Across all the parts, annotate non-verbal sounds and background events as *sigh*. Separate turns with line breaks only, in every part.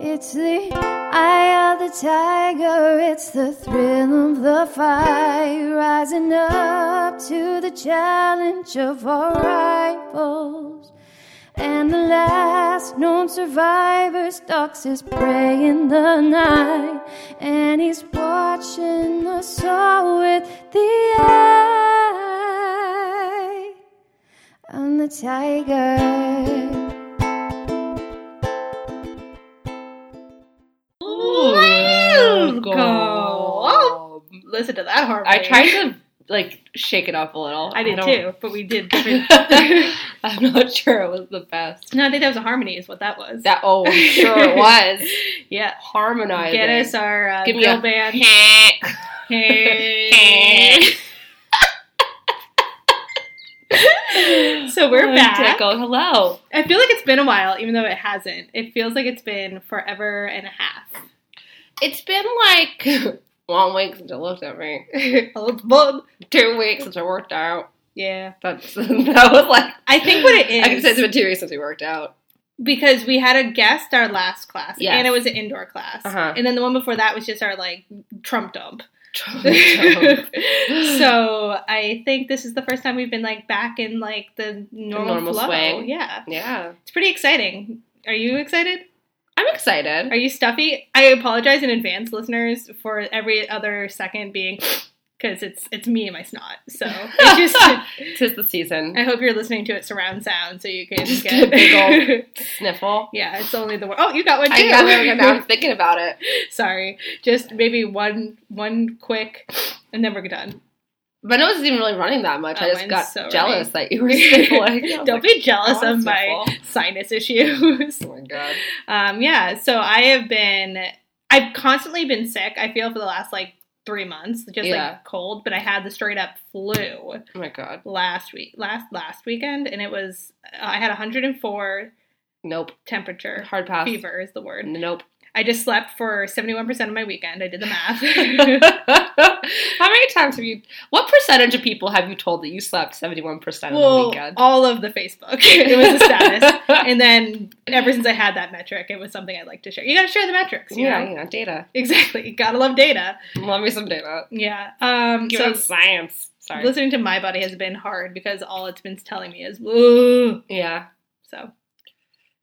It's the eye of the tiger, it's the thrill of the fight, rising up to the challenge of our rivals. And the last known survivor stalks his prey in the night, and he's watching us all with the eye on the tiger.
Ooh,
go.
Listen to that harmony.
I tried to like shake it off a little.
I did
don't-
too, but we did different.
*laughs* I'm not sure it was the best.
no, I think that was a harmony, is what that was.
That oh, I'm sure
*laughs*
it was
yeah.
harmonizing.
Get us our uh,
Give me
girl
a- *laughs*
band. so we're
I'm
back.
tickled. Hello.
I feel like it's been a while, even though it hasn't. It feels like it's been forever and a
*laughs*
half.
It's been like *laughs* one week since you looked at me.
Oh, it's fun.
Two weeks since I worked out.
yeah.
That's *laughs* that was like
I think what it is.
I can say it's been two weeks since we
*laughs*
worked out. *laughs*
because we had a guest our last class,
Yes.
and it was an indoor class,
Uh-huh.
and then the one before that was just our like Trump
*laughs*
dump.
so
*laughs* so I think this is the first time we've been like back in like the normal,
normal
flow.
swing.
Yeah,
yeah,
it's pretty exciting. Are you excited?
I'm excited.
Are you stuffy? I apologize in advance, listeners, for every other second being *laughs* because it's it's me and my snot. So I
*laughs*
just
Tis the season.
I hope you're listening to it surround sound so you can
Just
get
a big old- Sniffle.
*laughs* yeah, it's only the word. Oh, you got one too.
I got it. Now I'm thinking about it.
Sorry, just maybe one one quick, and then we're *laughs* done.
My nose isn't even really running that much.
Oh,
I just
mine's
got
so
jealous
running. *laughs*
that you were sniffling. I was
Don't
like,
be jealous
I
of
wanna
my sinus issues. *laughs*
Oh my god.
Um, yeah, so I have been, I've constantly been sick. I feel for the last like three months, just
Yeah.
like cold. But I had the straight up flu
Oh my god.
last week, last last weekend, and it was I had 104
Nope.
temperature.
Hard pass.
Fever is the word. *laughs*
Nope. *laughs*
I just slept for 71% of my weekend. *laughs* I did the math.
How many times have you? What percentage of people have you told that you slept seventy-one percent of the
well,
weekend?
all of the Facebook. It *laughs* was a status.
*laughs*
and then ever since I had that metric, it was something I'd like to share. You gotta share the metrics, you
yeah,
know?
yeah, data.
Exactly. You gotta love data.
Love me some data.
Yeah. Um
Give
so
it science. Sorry.
listening to my body has been hard because all it's been telling me is woo.
Yeah.
So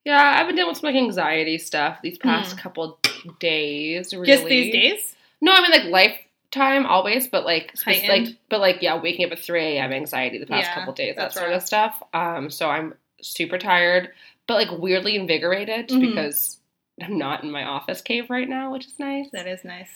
Yeah, I've been dealing with some like anxiety stuff these past couple days. Really.
Mm. just these days?
No, I mean like lifetime always, but like spe-
Heightened?
like but like yeah, waking up at three a.m. anxiety the past
Yeah,
couple days, that
that's
sort
rough.
of stuff. Um, so I'm super tired, but like weirdly invigorated
Mhm.
because I'm not in my office cave right now, which is nice.
That is nice.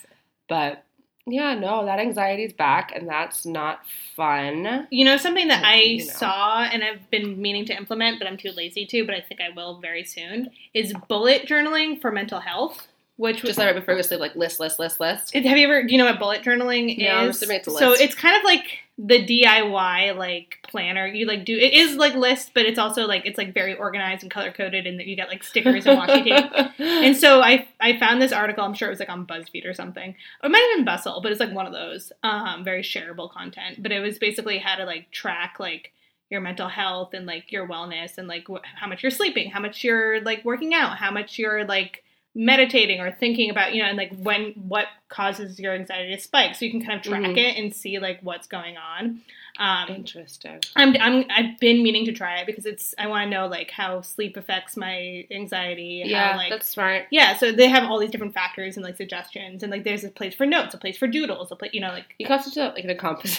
But yeah, no, that anxiety's back, and that's not fun.
You know something that I
You know.
saw and I've been meaning to implement, but I'm too lazy to, but I think I will very soon, is bullet journaling for mental health. Which was
Just like right before we sleep, like list, list, list, *laughs* list.
Have you ever? Do you know what bullet journaling
No, I'm
is?
assuming it's a
So
list.
it's kind of like the DIY like planner. You like do it is like list, but it's also like it's like very organized and color coded, and you get like stickers and washi
*laughs*
tape. And so I I found this article. I'm sure it was like on BuzzFeed or something. Or it might have been Bustle, but it's like one of those um, very shareable content. But it was basically how to like track like your mental health and like your wellness and like wh- how much you're sleeping, how much you're like working out, how much you're like meditating or thinking about, you know, and like when what causes your anxiety to spike. So you can kind of track
Mhm.
it and see like what's going on. Um,
Interesting.
I'm, I'm I've been meaning to try it because it's I want to know like how sleep affects my anxiety.
Yeah,
how, like,
that's smart.
yeah, so they have all these different factors and like suggestions, and like there's a place for notes, a place for doodles, a place, you know, like
You call it like an accomplice.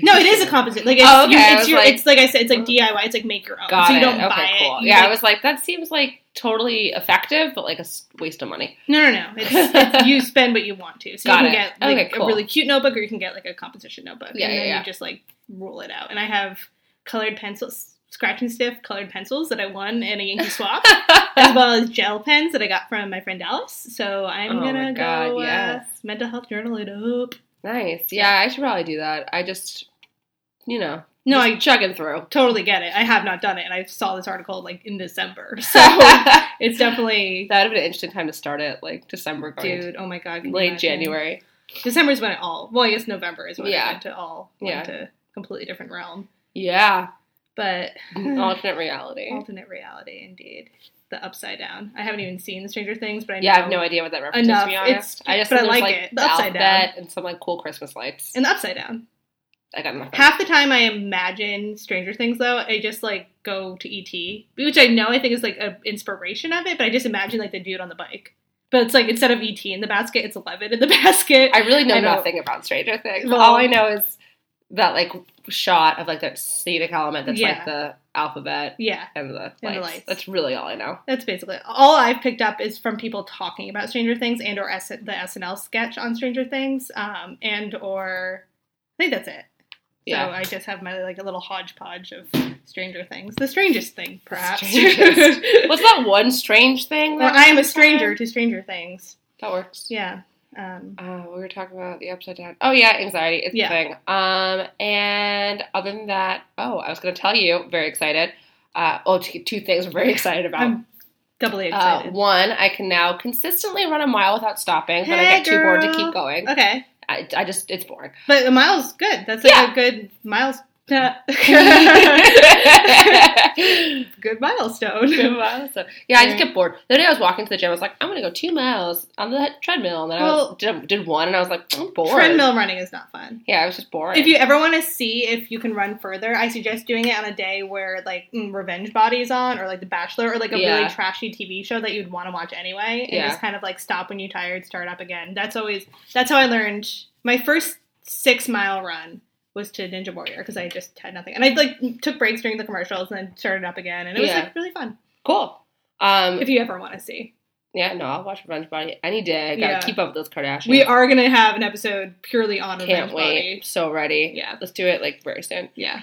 no, it is a composite. Like it's,
Oh, okay,
you-
I
it's
was
your,
like-
it's like I said, it's like DIY. It's like make your own,
Got
so you
it.
don't
okay,
buy
cool.
it. You,
Yeah,
like-
I was like, that seems like totally effective, but like a s- waste of money.
no, no, no. It's,
*laughs*
it's you spend what you want to, so
Got
you
it.
can get like
Okay, cool.
a really cute notebook, or you can get like a composition notebook,
Yeah,
and
yeah,
then
yeah.
you just like roll it out. And I have colored pencils, scratch and stiff colored pencils that I won in a Yankee
*laughs*
swap. as well as gel pens that I got from my friend Alice. So I'm
Oh my
gonna
God,
go
yes.
uh, mental health journal it up.
nice. Yeah, I should probably do that. I just, you know,
No, I
just chugging through.
totally get it. I have not done it, and I saw this article like in
*laughs*
December, so
*laughs* that
it's definitely
would have *laughs* been an interesting time to start it, like December, going
dude. Oh my god,
to,
can you
late
imagine?
January.
December's when it all. Well, I guess November is when
Yeah.
it went to all. Went
Yeah.
to completely different realm,
Yeah,
but
*sighs* alternate reality.
alternate reality indeed. the Upside Down. I haven't even seen Stranger Things, but I know
Yeah, I have no idea what that references.
Enough.
To be
It's-
honest, I just
but I
know there's,
like it. The
the
upside down.
alphabet and some like cool Christmas lights.
And the Upside Down.
I got nothing.
Half the time I imagine Stranger Things though, I just like go to ET, which I know I think is like an inspiration of it, but I just imagine like the dude on the bike. But it's like instead of ET in the basket, it's Eleven in the *laughs* basket.
I really know
I know.
nothing about Stranger Things.
Well-
All I know is that like shot of like that scenic element that's
Yeah.
like the alphabet
yeah,
and the,
And the
lights.
lights.
That's really all I know.
that's basically it. all I've picked up is from people talking about Stranger Things and or S- the SNL sketch on Stranger Things, um, and or I think that's it.
Yeah.
So I just have my like a little hodgepodge of Stranger Things, the strangest thing perhaps. *laughs*
Strangest. What's that one strange thing?
Well,
That
I am a stranger to Stranger Things.
That works.
Yeah. Um,
Uh, we were talking about the upside down. Oh yeah, anxiety. It's
Yeah.
a thing. Um, and other than that, oh, I was gonna tell you. Very excited. Uh, oh, two, two
*laughs*
things I'm very excited about.
I'm doubly
Uh,
excited.
one, I can now consistently run a mile without stopping, but I
Hey,
get too bored to
girl.
keep going.
okay,
I, I just, it's boring.
but a mile's good. That's like a
Yeah.
good miles.
*laughs* Good
good milestone.
mile, so- yeah, I just get bored. The other day I was walking to the gym. I was like, I'm gonna go two miles on the treadmill, and then I
Well-
was, did, did one, and I was like, I'm bored.
Treadmill running is not fun.
Yeah, I was just bored.
If you ever want to see if you can run further, I suggest doing it on a day where like mm, Revenge Body's on, or like The Bachelor, or like a
Yeah.
really trashy TV show that you'd want to watch anyway, and
Yeah.
just kind of like stop when you're tired, start up again. That's always that's how I learned. My first six mile run was to Ninja Warrior because I just had nothing, and I like took breaks during the commercials and then started up again, and it was
Yeah.
like really fun.
cool. Um,
If you ever want to see,
Yeah, no, I'll watch Revenge Body any day. I gotta
Yeah.
keep up with those Kardashians.
we are gonna have an episode purely on Revenge
Can't wait.
Body.
So ready.
Yeah.
Let's do it like very soon.
Yeah,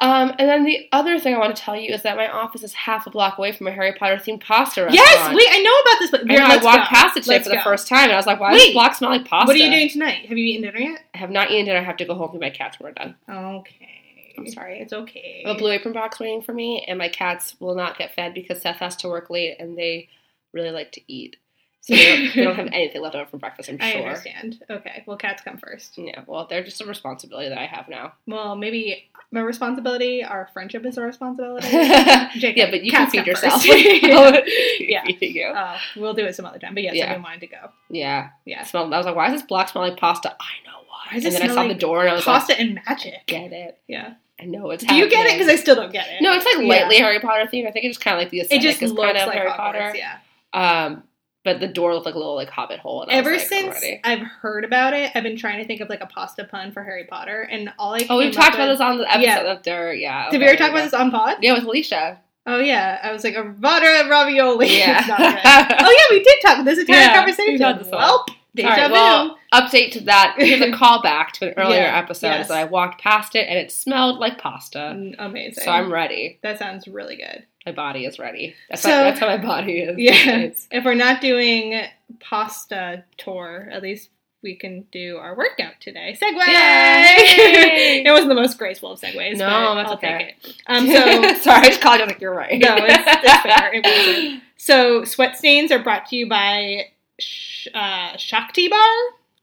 Um, and then the other thing I want to tell you is that my office is half a block away from a Harry Potter themed pasta restaurant.
yes, wait, I know about this. But
I, know, I
let's
walked
go.
past it today
Let's
for the
go.
first time, and I was like, "Why does
Wait.
the block smell like pasta?"
What are you doing tonight? Have you eaten dinner yet?
I have not eaten dinner. I have to go home to my cats when we're done.
Okay.
I'm sorry.
It's okay.
I have a blue apron box waiting for me, and my cats will not get fed because Seth has to work late, and they really like to eat, so they don't, they
*laughs*
don't have anything left over from breakfast. I'm
I
sure.
understand. Okay. Well, cats come first.
Yeah, well, they're just a responsibility that I
*laughs*
have now.
Well, maybe my responsibility, our friendship is a responsibility.
*laughs*
JK,
yeah, but you can
cats
feed
come
yourself.
*laughs*
*laughs*
first.
yeah. you.
oh, we'll do it some other time. But yes, I've
Yeah.
been wanting to go.
Yeah. I
Yes.
smelled. I was like, why does this block smell like pasta? I know why.
does
and
it
then I
smell
saw
like
the door and I was
Pasta and magic.
like, get it.
Yeah.
I know it's.
Do you get it? Because I
happening.
still don't get it.
no, it's like
Yeah.
lightly Harry Potter themed. I think it's kind of like the
It
aesthetic
just
is
looks
kind of
like
Harry
Hogwarts,
Potter.
Yeah.
Um, but the door looked like a little like hobbit hole. And I was
Ever
like,
since
already.
I've heard about it, I've been trying to think of like a pasta pun for Harry Potter, and all I
Oh,
came
we've
up
talked about
with-
this on the episode
Yeah.
of there. Yeah.
Did
okay,
we ever talk
there
about
go.
this on pod?
Yeah,
*laughs*
with Alicia.
Oh yeah, I was like a butter ravioli. *laughs* It's not good.
Yeah.
oh yeah, we did talk. This entire
Yeah,
conversation.
we had this one.
Well, deja
All right,
vu.
well, *laughs* update to that.
*laughs*
Here's a callback to an earlier
Yeah,
episode.
yes.
So I walked past it and it smelled like pasta.
Mm, Amazing.
So I'm ready.
that sounds really good.
My body is ready. That's,
So-
how, that's how my body is.
Yeah.
It's-
If we're not doing pasta tour, at least we can do our workout today. Segway.
Yay!
*laughs* it wasn't the most graceful of segues.
No,
but
that's
I'll
okay.
Take it. Um,
*laughs*
so
sorry, I just called you. I was like, you're right.
No, it's- it's fair. It wasn't. So sweat stains are brought to you by Sh- uh, Shakti Bar,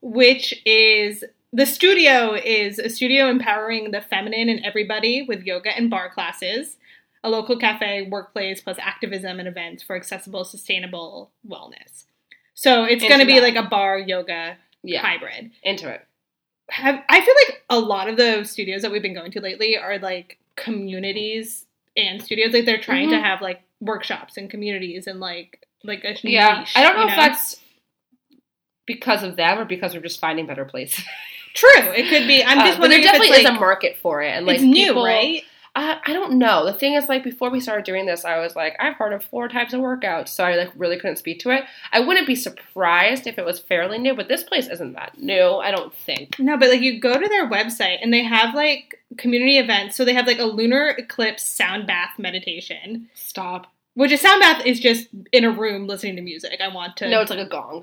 which is the studio is a studio empowering the feminine in everybody with yoga and bar classes, a local cafe, workplace, plus activism and events for accessible, sustainable wellness. So it's
Into
going to be
that.
like a bar yoga
*laughs* yeah,
hybrid.
into it.
Have, I feel like a lot of the studios that we've been going to lately are like communities and studios. Like they're trying to
Mhm.
have like workshops and communities and like like a
Yeah.
niche,
I don't know
you
if that's because of them or because we're just finding better places.
true. It could be. I'm
Uh,
just
but there
wondering
definitely
if it's
is
like,
a market for it. And like
it's new,
people-
right?
I, I don't know. The thing is, like, before we started doing this, I was like, I've heard of four types of workouts, so I like really couldn't speak to it. I wouldn't be surprised if it was fairly new, but this place isn't that new, I don't think.
No, but like you go to their website and they have like community events. So they have like a lunar eclipse sound bath meditation,
Stop.
which a sound bath is just in a room listening to music. I want to
No, it's like a gong.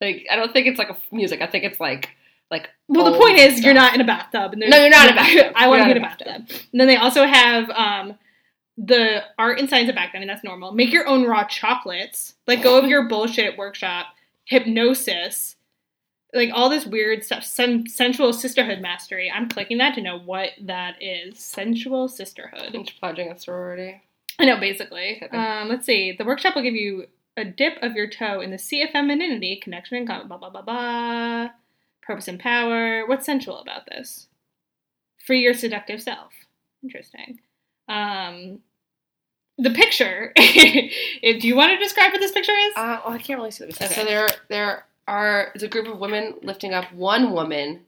Like, I don't think it's like a music. I think it's like, like.
Well, the
old
point is, you're
stuff.
not in a bathtub. And
Oh, No,
there's-
you're not in a bathtub.
*laughs* I want to be
You're
in a
not
bathtub. And then they also have um, the art and science of back. I mean, that's normal. Make your own raw chocolates. Let go of
*laughs*
your bullshit workshop. Hypnosis. Like all this weird stuff. Sen- sensual sisterhood mastery. I'm clicking that to know what that is. Sensual sisterhood.
It's pledging a sorority.
I know, basically. Um, let's see. The workshop will give you a dip of your toe in the sea of femininity, connection and comment, blah, blah, blah, blah. Purpose and power. What's sensual about this? Free your seductive self. Interesting. Um, the picture. *laughs* do you want to describe what this picture is?
Uh, oh, I can't really see what we said.
Okay.
So there, there are it's a group of women lifting up one woman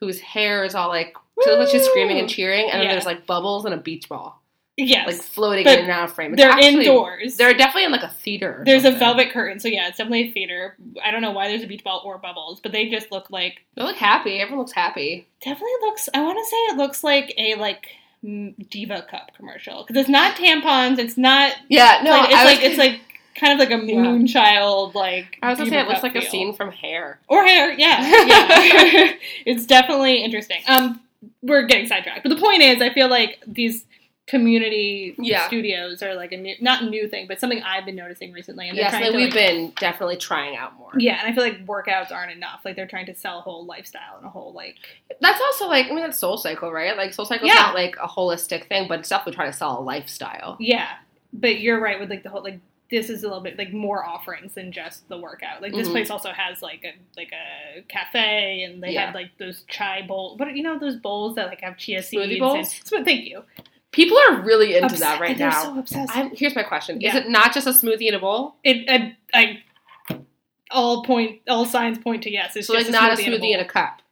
whose hair is all like so it looks like she's screaming and cheering, and then
Yeah.
there's like bubbles and a beach ball
yes.
like floating
But
in and out of frame. It's
They're
actually-
indoors.
They're definitely in like a theater. or
there's a
something.
velvet curtain, so yeah, it's definitely a theater. I don't know why there's a beach ball or bubbles, but they just look like
They look happy. Everyone looks happy.
definitely looks. I want to say it looks like a like m- diva cup commercial because it's not tampons. It's not.
Yeah, no,
like, it's
I was,
like it's like kind of like a
Yeah.
moonchild like.
I was gonna say
Diva
it looks
Cup
like a
feel.
scene from Hair.
or hair.
*laughs*
Yeah, yeah. *laughs* it's definitely interesting. Um, we're getting sidetracked, but the point is, I feel like these community
Yeah.
studios are like a new, not a new thing, but something I've been noticing recently. And they're
Yes,
trying
like
to,
we've
like-
been definitely trying out more.
Yeah, and I feel like workouts aren't enough. Like they're trying to sell a whole lifestyle and a whole like
That's also like I mean that's Soul Cycle, right? Like Soul Cycle's
Yeah.
not like a holistic thing, but it's definitely trying to sell a lifestyle.
yeah. But you're right with like the whole like this is a little bit like more offerings than just the workout. Like this
Mhm.
place also has like a like a cafe and they
Yeah.
have like those chai bowl. What are- you know those bowls that like have chia seeds?
Smoothie
and-
bowls?
Sm- thank you.
People are really into that
Obsessed-
right
they're
now.
So obsessed.
I'm, here's my question: Is
Yeah.
it not just a smoothie in a bowl?
it, I, I, all point, all signs point to yes. It's
So like
just
not a
and
smoothie in a cup,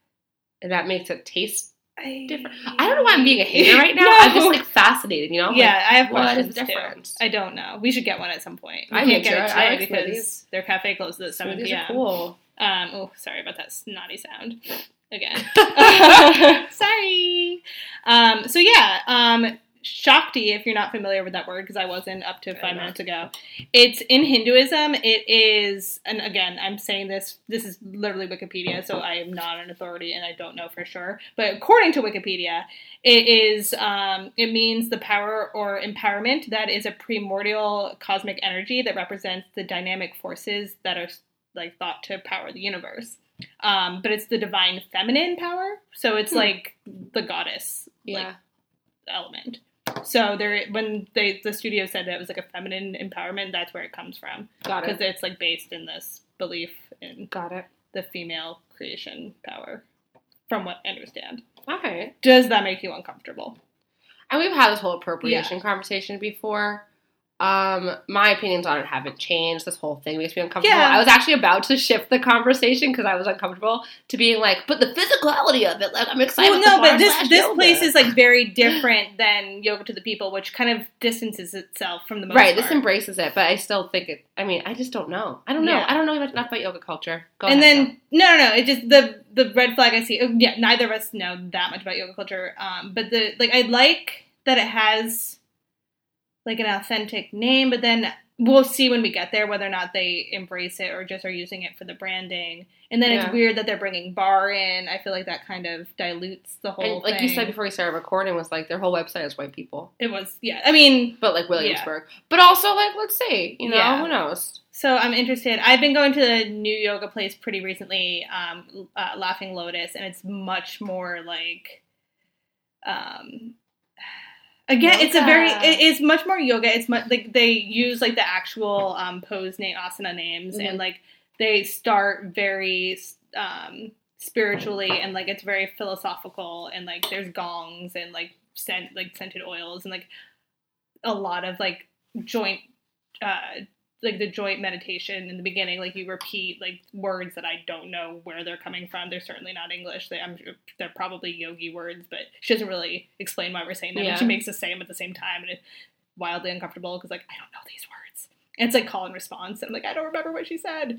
and that makes it taste
bowl.
different. I don't know why I'm being a *laughs* hater right now.
No.
I'm just like fascinated, you know? Like,
yeah, I have
what
questions
is the
too.
difference?
I don't know. We should get one at some point. We
I'm
can't
into
get
it.
it
I
today
like
because their cafe closes at seven
Smoothies
p.m.
are cool.
Um, oh, sorry about that snotty sound
*laughs*
again. *laughs* sorry. Um, so yeah, um, Shakti, if you're not familiar with that word, because I wasn't up to
I'm
five
not.
minutes ago, it's in Hinduism. It is, and again, I'm saying this. This is literally Wikipedia, so I am not an authority, and I don't know for sure. But according to Wikipedia, it is. Um, it means the power or empowerment that is a primordial cosmic energy that represents the dynamic forces that are like thought to power the universe. Um, but it's the divine feminine power, so it's
Hmm.
like the goddess
Yeah.
like, element. So there, when they the studio said that it was like a feminine empowerment, that's where it comes from
Got
because
it.
it's like based in this belief in
Got it.
the female creation power, from what I understand.
All right.
Does that make you uncomfortable?
And we've had this whole appropriation conversation before. Um, my opinions on it haven't changed. This whole thing makes me uncomfortable.
Yeah.
I was actually about to shift the conversation because I was uncomfortable to being like, but the physicality of it, like I'm excited.
Well,
with the
no, but
bar
this
slash
this
yoga.
place is like very different than Yoga to the People, which kind of distances itself from the most
right. This
part.
embraces it, but I still think it. I mean, I just don't know. I don't know.
Yeah.
I don't know enough about yoga culture. Go
and
ahead,
then no, no, no. It just the the red flag I see. oh, Yeah, neither of us know that much about yoga culture. Um, but the like, I like that it has like an authentic name. But then we'll see when we get there whether or not they embrace it or just are using it for the branding. And then
Yeah.
it's weird that they're bringing bar in. I feel like that kind of dilutes the
go.
whole.
And like you
thing.
said before we started recording, was like their whole website is white people.
it was yeah. I mean,
but like Williamsburg. But also like let's see, you know,
Yeah.
who knows?
So I'm interested. I've been going to the new yoga place pretty recently, um, uh, Laughing Lotus, and it's much more like, um, again, it's a very,
Yoga.
it is much more yoga. It's much like they use like the actual um, pose name, asana names, and like they start very um, spiritually, and like it's very philosophical, and like there's gongs and like scent, like scented oils, and like a lot of like joint. Uh, like the joint meditation in the beginning, like you repeat like words that I don't know where they're coming from. They're certainly not English. They, I'm, they're probably yogi words, but she doesn't really explain why we're saying them.
Yeah.
And she makes us say them at the same time, and it's wildly uncomfortable because like I don't know these words. And it's like call and response. And I'm like I don't remember what she
*laughs*
said.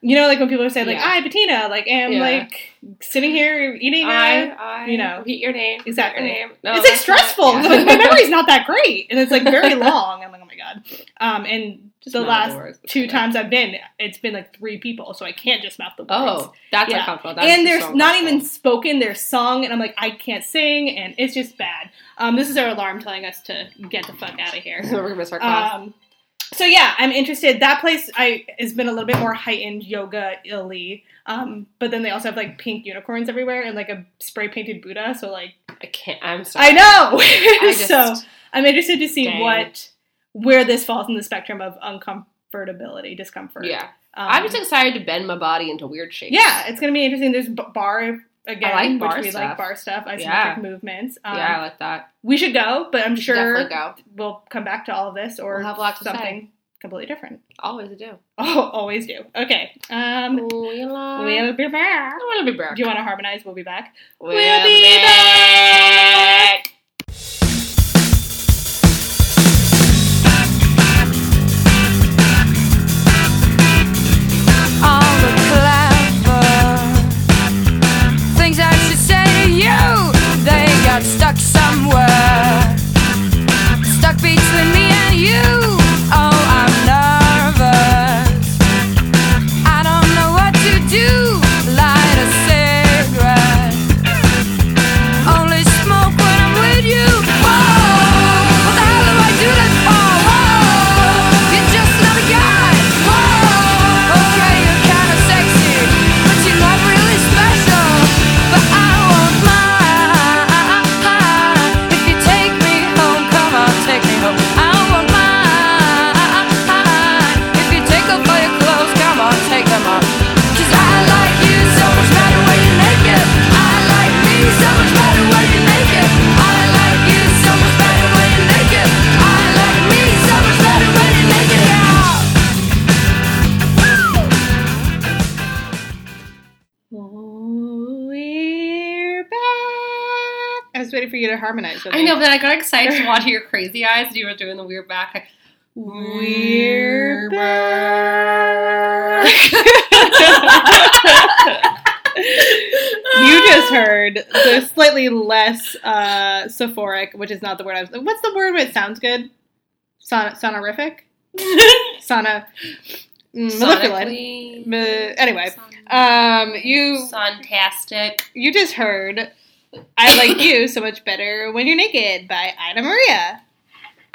you know, like when people are saying like
Yeah.
I Bettina, like am
Yeah.
like sitting here eating. I,
I,
you know.
repeat your name. repeat
Exactly.
Your name. No,
it's like
Oh, that's not-
stressful. *laughs*
yeah.
Like, my memory's not that great, and it's like very long. I'm like, oh my god. Um, and
*laughs* Just
the
mouth
last
words.
two times I've been, it's been like three people, so I can't just mouth the words.
Oh, that's
Yeah.
uncomfortable. That's
and they're
so
not
uncomfortable.
even spoken; they're sung, and I'm like, I can't sing, and it's just bad. Um, this is our alarm telling us to get the fuck out of here.
So *laughs* *laughs* we're gonna miss our class.
Um, so yeah, I'm interested. That place I has been a little bit more heightened yoga illy. Um, but then they also have like pink unicorns everywhere and like a spray painted Buddha. So like
I can't. I'm sorry.
I know.
*laughs*
*laughs*
I just-
so I'm interested to see
Dang.
what where this falls in the spectrum of uncomfortability, discomfort.
Yeah.
Um,
I'm just excited to bend my body into weird shapes.
Yeah, it's gonna be interesting. There's b- bar again,
I like bar
which we
stuff.
like bar stuff, isometric
Yeah.
movements. Um,
yeah, I like that.
we should go, but I'm
Definitely
sure
go.
we'll come back to all of this or
We'll have lots to
something
say.
completely different. *laughs*
Always do.
Oh, always do. Okay. Um,
We love.
we'll be back.
I want to be back.
Do you want to harmonize? We'll be back.
we'll,
be
back.
all the clever things I should say to you. They got stuck somewhere, stuck between me and you. Oh, I'm nervous. I don't know what to do. Light a cigarette. Only smoke when I'm with you. Whoa, what the hell do I do this for? Whoa, you're just another guy. Whoa, okay, you're kinda sexy, but you're not really special. But I won't mind if you take me home. Come on, take me home. I won't mind if you take off all your clothes. Come on, take them off. 'Cause I like you so much better when you're naked. I like me so much better when you're naked. I like you so much better when you're naked. I like me so much better when you're naked. Yeah.
We're back. I was waiting for you to harmonize. With
I
me.
know, but I got excited to watch your crazy eyes. and You were doing the weird back. like,
We're back. *laughs* you just heard the slightly less uh, sophoric, which is not the word I was. What's the word where it sounds good? Son- *laughs* sonorific? Sona. mm, Mellifluent.
Sonically.
Me- anyway, um, you
Sontastic.
you just heard "I Like You So Much Better When You're Naked" by Ida Maria.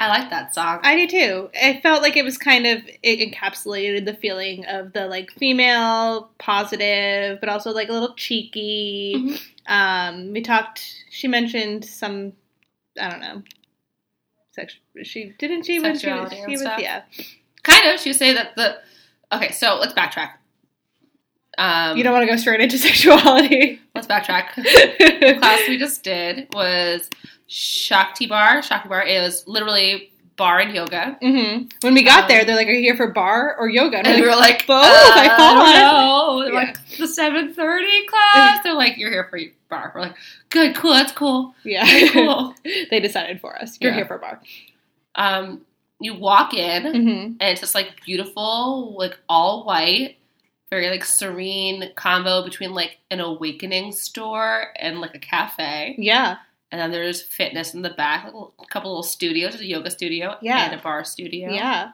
I like that song.
I do too. I felt like it was kind of it encapsulated the feeling of the like female positive, but also like a little cheeky.
Mhm.
Um, we talked. She mentioned some. I don't know. Sex. She didn't she when she was,
Sexuality and
she was
stuff.
yeah.
kind of. She would say that the. Okay, so let's backtrack. Um,
you don't want to go straight into *laughs* sexuality.
let's backtrack.
Class
class we just did was Shakti Bar. Shakti Bar is literally bar and yoga.
hmm When we got
Um,
there, they're like, "Are you here for bar or yoga?" And,
And we
we're
were
like,
like,
both,
uh,
I thought.
No, They're
Yeah.
like the seven thirty class. They're like, you're here for your bar. We're like, good, cool, that's cool,
*laughs*
very
"Yeah,
cool.
they decided for us. You're
Yeah.
here for bar."
um, you walk in and
Mm-hmm.
it's just like beautiful, like all white, very like serene combo between like an awakening store and like a cafe.
Yeah,
And then there's fitness in the back, a little- a couple little studios, a yoga studio
Yeah.
and a bar studio.
yeah.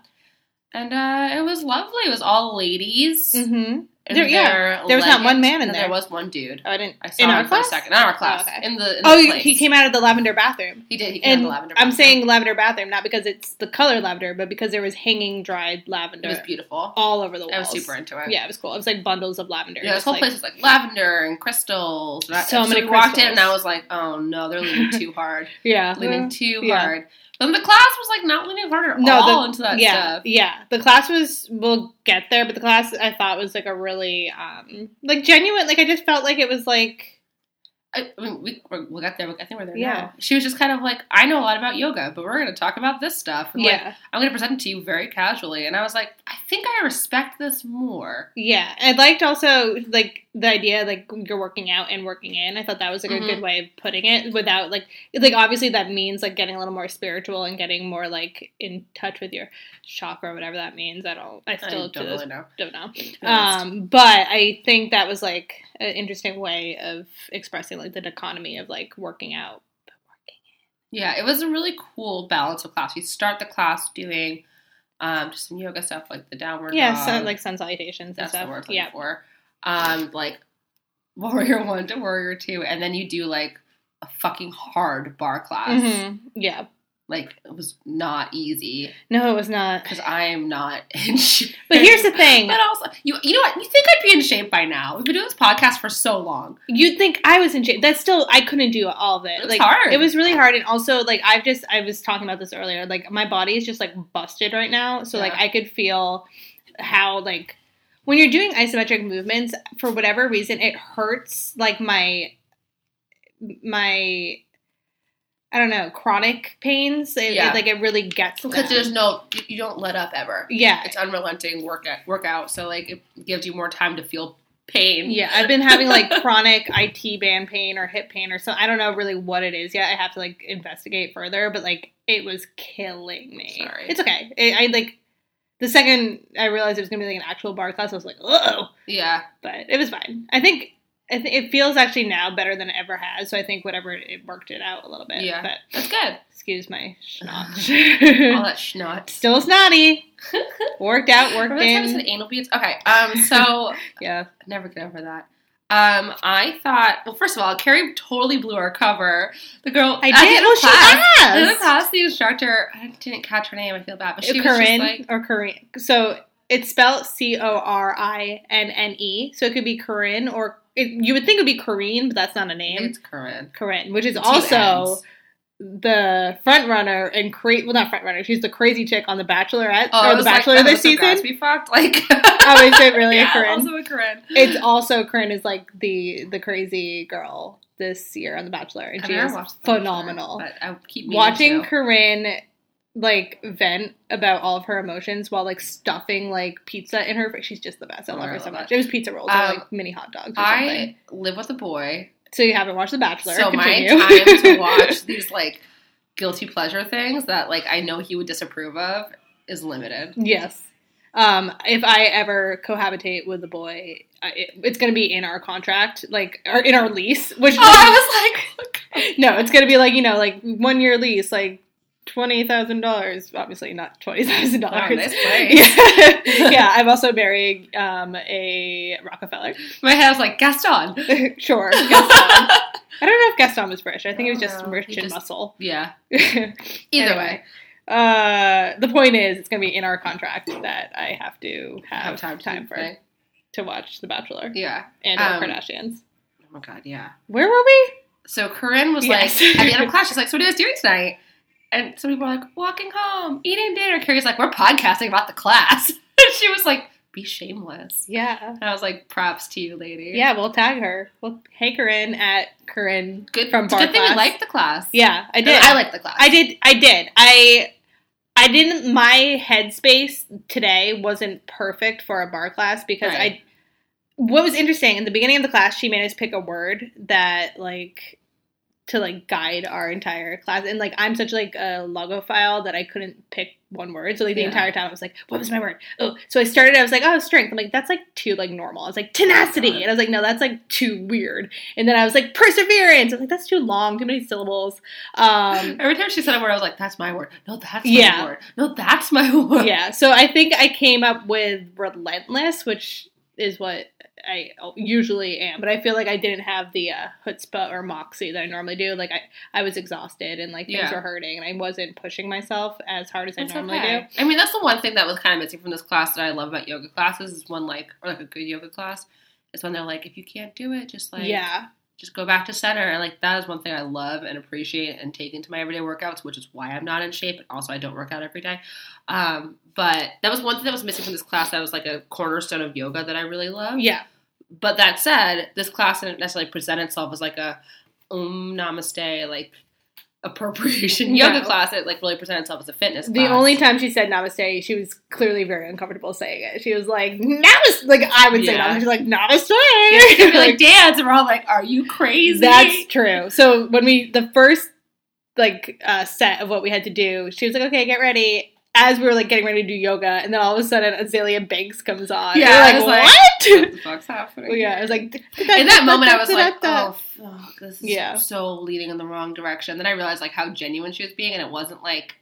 And uh, it was lovely. It was all ladies.
Mm-hmm.
in
There- yeah.
their
There was not one
leggings.
man in
No,
there.
There was one dude.
Oh, I didn't.
I saw
in
him
our
for
class?
a second. Not in our class.
okay.
In the in
Oh,
the
you-
place.
he came out of the lavender bathroom.
He did. He came
And
in the lavender.
I'm
bathroom.
saying lavender bathroom not because it's the color lavender, but because there was hanging dried
it was
lavender
beautiful.
all over the walls.
I was super into it.
Yeah, it was cool. It was like bundles of lavender.
Yeah,
It was
this whole
like-
place was like lavender and crystals. And I-
So many
we walked in
crystals.
and I was like, oh no, they're leaning
*laughs*
too hard.
Yeah,
leaning too
yeah.
hard. Then the class was like not leaning hard at
No,
all
the-
into that
yeah,
stuff.
yeah. The class was we'll get there, but the class I thought was like a really um like genuine. Like I just felt like it was like
I, I mean, we we're, we got there. I think we're there
Yeah.
now. She was just kind of like, I know a lot about yoga, but we're going to talk about this stuff. And, like,
yeah,
I'm going to present it to you very casually. And I was like, I think I respect this more.
yeah. I liked also like the idea like you're working out and working in. I thought that was like
Mhm.
a good way of putting it without like like obviously that means like getting a little more spiritual and getting more like in touch with your chakra, whatever that means. I don't. I
I
still
don't
to this
really know.
don't know.
honest.
*laughs* Um, but I think that was like an interesting way of expressing like the dichotomy of like working out.
Yeah, it was a really cool balance of class. You start the class doing um, just some yoga stuff like the downward
Yeah,
dog.
so, like sun salutations and
that's
stuff.
the word I'm
yeah.
looking for. Um, like *laughs* warrior one to warrior two, and then you do like a fucking hard bar class.
Mhm. Yeah.
Like it was not easy
No, it was
*laughs*
not.
because I am not *laughs* in shape.
But here's the thing.
But also, you you know what? You think I'd be in shape by now? We've been doing this podcast for so long.
You'd think I was in shape. That's still I couldn't do all of it.
It was
like
hard.
it was really hard, and also like I've just I was talking about this earlier. Like my body is just like busted right now, so like
Yeah.
I could feel how like when you're doing isometric movements for whatever reason it hurts like my my I don't know chronic pains. It, it,
Yeah.
like it really gets
Because
them.
there's no, you- you don't let up ever.
yeah
It's unrelenting workout. Workout. So like it gives you more time to feel pain.
Yeah, I've been having
*laughs*
like chronic IT band pain or hip pain or so. I don't know really what it is yet. I have to like investigate further, but like it was killing me.
Sorry.
It's okay. I I like the second I realized it was gonna be like an actual bar class, I was like, oh,
Yeah.
but it was fine. I think I th- it feels actually now better than it ever has. So I think whatever it, it worked it out a little bit.
Yeah.
But
That's good.
excuse
*sighs*
my snot.
All that
*laughs*
schnut.
Still
*laughs*
snotty. Worked out, worked
Remember the time I said
in.
anal beads? Okay. Um.
*laughs*
So
Yeah.
never get over that. Um. I thought. Well, first of all, Carrie totally blew our cover. The girl.
I
at the
did.
end
Well,
of class-
she
at the end of
asked.
class, the instructor. I didn't catch her name. I feel bad, but she was
Corinne
just like.
or Corinne. So it's spelled C O R I N N E. So it could be Corinne or it, you would think it would be Corinne, but that's not a name.
It's Corinne.
Corinne, which is
Two
also
N's.
the front runner and cra- well, not front runner. She's the crazy chick on The Bachelorette
Oh,
or
I
Oh, The
was like,
Bachelor
that
this
was a
season.
Gatsby fucked. *laughs* Like,
*laughs* oh, is it really
*laughs* yeah,
a Corinne?
also a Corinne.
it's also Corinne is like the the crazy girl this year on The Bachelor, and
I
she
never
is
watched The Bachelor,
phenomenal.
but I keep meaning
watching
to.
Corinne like vent about all of her emotions while like stuffing like pizza in her. She's just the best. I
Oh,
love
I
her
love
so
that.
much. It was pizza rolls or
Um,
like mini hot dogs. Or something.
I live with a boy,
So you haven't watched The Bachelor.
so
Continue.
my
*laughs*
time to watch these like guilty pleasure things that like I know he would disapprove of is limited.
*laughs* yes. Um, if I ever cohabitate with a boy, I, it, it's going to be in our contract, like or in our lease. Which
Oh, I was like,
no, it's going to be like you know, like one year lease, like twenty thousand dollars. Obviously, not twenty thousand
wow,
dollars. *laughs*
nice place.
yeah. yeah, I'm also marrying um, a Rockefeller. *laughs*
My head was like Gaston.
sure, Gaston. I don't know if Gaston was rich. I think it was
I don't
just
know.
rich
He
and
just-
muscle.
Yeah.
Either
Either way,
Anyway, *laughs* uh, the point is, it's going to be in our contract that I have to
I
have, time,
to
time for
think.
to watch The Bachelor
Yeah.
and the
Um,
Kardashians.
Oh my god. Yeah.
Where were we?
So Corinne was
Yes.
like, at the end of class, she's like, "So what are you guys doing tonight?" And some people are like, "Walking home, eating dinner." Carrie's like, "We're podcasting about the class." *laughs* And she was like, "Be shameless."
Yeah.
And I was like, "Props to you, lady."
Yeah, we'll tag her. We'll hey Corinne at Corinne
good.
from
it's a
bar
good thing you
class.
liked the class.
Yeah, I
I
did.
did. I liked the class.
I did. I did. I I didn't. My headspace today wasn't perfect for a bar class because I.
Right.
What was interesting in the beginning of the class, she made us pick a word that like to like guide our entire class, and like I'm such like a logophile that I couldn't pick one word. So like the
Yeah.
entire time I was like, "What was my word?" Oh, so I started. I was like, "Oh, strength." I'm like, "That's like too like normal." I was like, "Tenacity," and I was like, "No, that's like too weird." And then I was like, "Perseverance." I was like, "That's too long. Too many syllables." Um,
Every time she said a word, I was like, "That's my word." No, that's my
Yeah.
word. No, that's my *laughs* word.
yeah so i think i came up with relentless which is what i usually am but i feel like i didn't have the uh, chutzpah or moxie that i normally do like i, I was exhausted and like things
Yeah.
were hurting and i wasn't pushing myself as hard as
That's
i normally
okay. I mean, that's the one thing that was kind of missing from this class that I love about yoga classes is one like, or like a good yoga class, is when they're like, if you can't do it, just
do
like,
yeah
just go back to center. And like that is one thing I love and appreciate and take into my everyday workouts, which is why I'm not in shape. And also, I don't work out every day. Um, but that was one thing that was missing from this class. That was like a cornerstone of yoga that I really love.
yeah
But that said, this class didn't necessarily present itself as like a um namaste like appropriation yoga
No.
class. It like really presented itself as a fitness.
the
class.
only time she said namaste she was clearly very uncomfortable saying it she was like namaste like i would say
Yeah.
namaste she's like namaste
*laughs* It'd
*laughs*
be like dads are all like, "Are you crazy?"
That's true. So when we the first like uh, set of what we had to do, she was like, "Okay, get ready." As we were like getting ready to do yoga, and then all of a sudden Azalea Banks comes on.
Yeah, I
we
was
were
like-
like, "What?" *laughs*
what the fuck's happening.
yeah, I was like,
in that moment, I was like,
*laughs*
"Oh, fuck, this is
Yeah.
so leading in the wrong direction." Then I realized like how genuine she was being, and it wasn't like,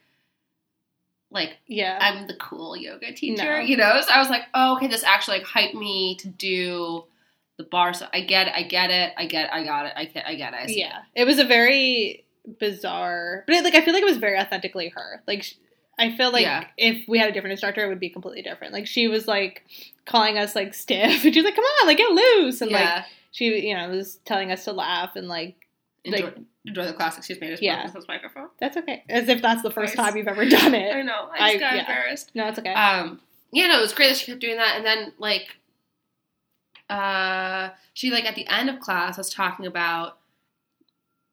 like
yeah,
I'm the cool yoga teacher,
No.
you know. So I was like, "Oh, okay, this actually like hyped me to do the bar." So I get, it, I get it, I get, I got it, I get, I get it. I see it.
yeah." It was a very bizarre, but it, like I feel like it was very authentically her. Like sh- I feel like
Yeah.
if we had a different instructor, it would be completely different. Like she was like calling us like stiff, *laughs* and she was like, "Come on, like get loose," and like
yeah.
she you know was telling us to laugh and like
enjoy,
like-
enjoy the class. Excuse me, I just
Yeah.
broke this microphone.
that's okay, as if that's the first
Nice.
time you've ever done
I
it.
know. I just
I-
got
yeah.
embarrassed.
No, it's okay.
Um, yeah, no, it was great that she kept doing that. And then, like, uh, she, like, at the end of class was talking about,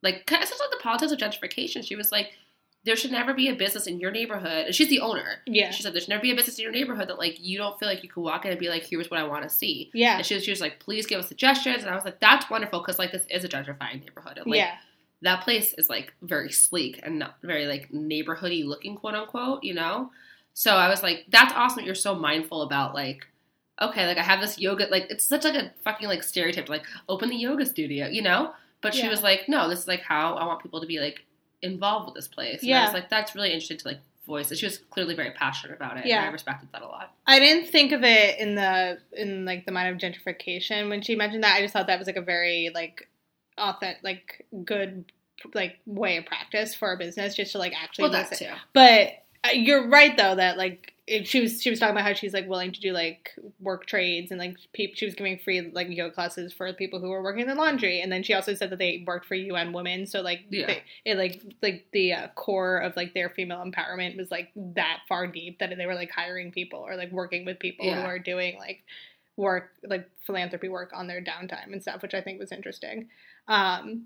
like, kind of it's like the politics of gentrification. She was like, there should never be a business in your neighborhood. And she's the owner.
yeah,
She said, there should never be a business in your neighborhood that, like, you don't feel like you could walk in and be like, here's what I want to see.
yeah,
And she was, she was like, please give us suggestions. And I was like, that's wonderful because, like, this is a gentrifying neighborhood. And, like,
yeah,
that place is like very sleek and not very like neighborhoody looking quote unquote you know so i was like that's awesome that you're so mindful about like okay like i have this yoga like it's such like a fucking like stereotype like open the yoga studio you know but she
Yeah.
was like no this is like how i want people to be like involved with this place and i
Yeah.
was like that's really interesting to like voice and she was clearly very passionate about it and
Yeah.
i respected that a lot
I didn't think of it in the in like the mind of gentrification when she mentioned that. I just thought that was like a very like authentic, like good, like way of practice for a business just to like actually.
well
use
that
it.
too
But uh, you're right though that like it, she was she was talking about how she's like willing to do like work trades and like peop she was giving free like yoga classes for people who were working in the laundry and then she also said that they worked for UN Women so like
Yeah.
they, it like like the uh, core of like their female empowerment was like that far deep that they were like hiring people or like working with people
Yeah.
who are doing like work like philanthropy work on their downtime and stuff which I think was interesting. Um,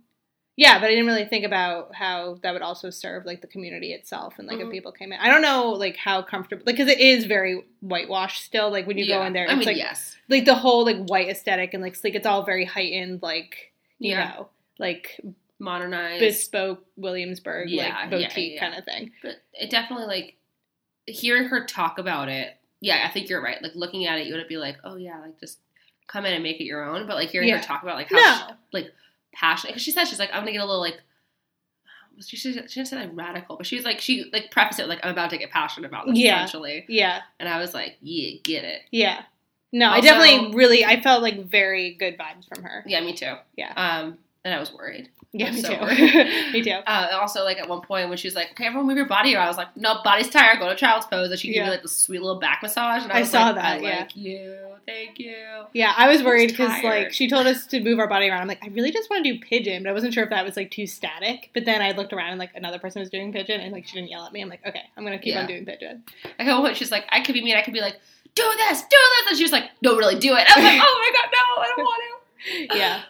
yeah, but I didn't really think about how that would also serve like the community itself and like
Mhm.
if people came in. I don't know like how comfortable like because it is very whitewashed still. Like when you go
Yeah.
in there,
i
it's
mean
like
yes
like the whole like white aesthetic and like sleek. It's all very heightened, like you
yeah
know, like
modernized
bespoke Williamsburg
Yeah, yeah,
like boutique
yeah.
kind of thing.
But it definitely like hearing her talk about it. Yeah, I think you're right. Like looking at it, you would be like, oh yeah, like just come in and make it your own. But like hearing
Yeah.
her talk about like how she,
No,
passionate, because she said she's like, I'm gonna get a little like. um, She, she, she didn't say like radical, but she was like she like prefaced it like I'm about to get passionate about this
Yeah.
essentially,
yeah,
and I was like yeah get it
yeah. No, I
Also-
definitely really I felt like very good vibes from her.
yeah me too
Yeah.
um and I was worried
Yeah,
I'm
me
so
too. *laughs* me too.
Uh, and also, like at one point when she was like, "Okay, everyone move your body," around," I was like, "No, body's tired. Go to child's pose." And she gave
Yeah.
me like the sweet little back massage, and I,
I
was
saw
like, "I
that, yeah.
like you. Thank you."
Yeah, I was
was
worried because like
tired.
she told us to move our body around. I'm like, I really just want to do pigeon, but I wasn't sure if that was like too static. But then I looked around and like another person was doing pigeon, and like she didn't yell at me. I'm like, okay, I'm gonna keep
Yeah.
on doing pigeon. *laughs*
Like at one point she's like, "I could be mean. I could be like, do this, do this," and she was like, "No, really, do it." I
*laughs*
was like, "Oh my god, no, I don't want to."
Yeah.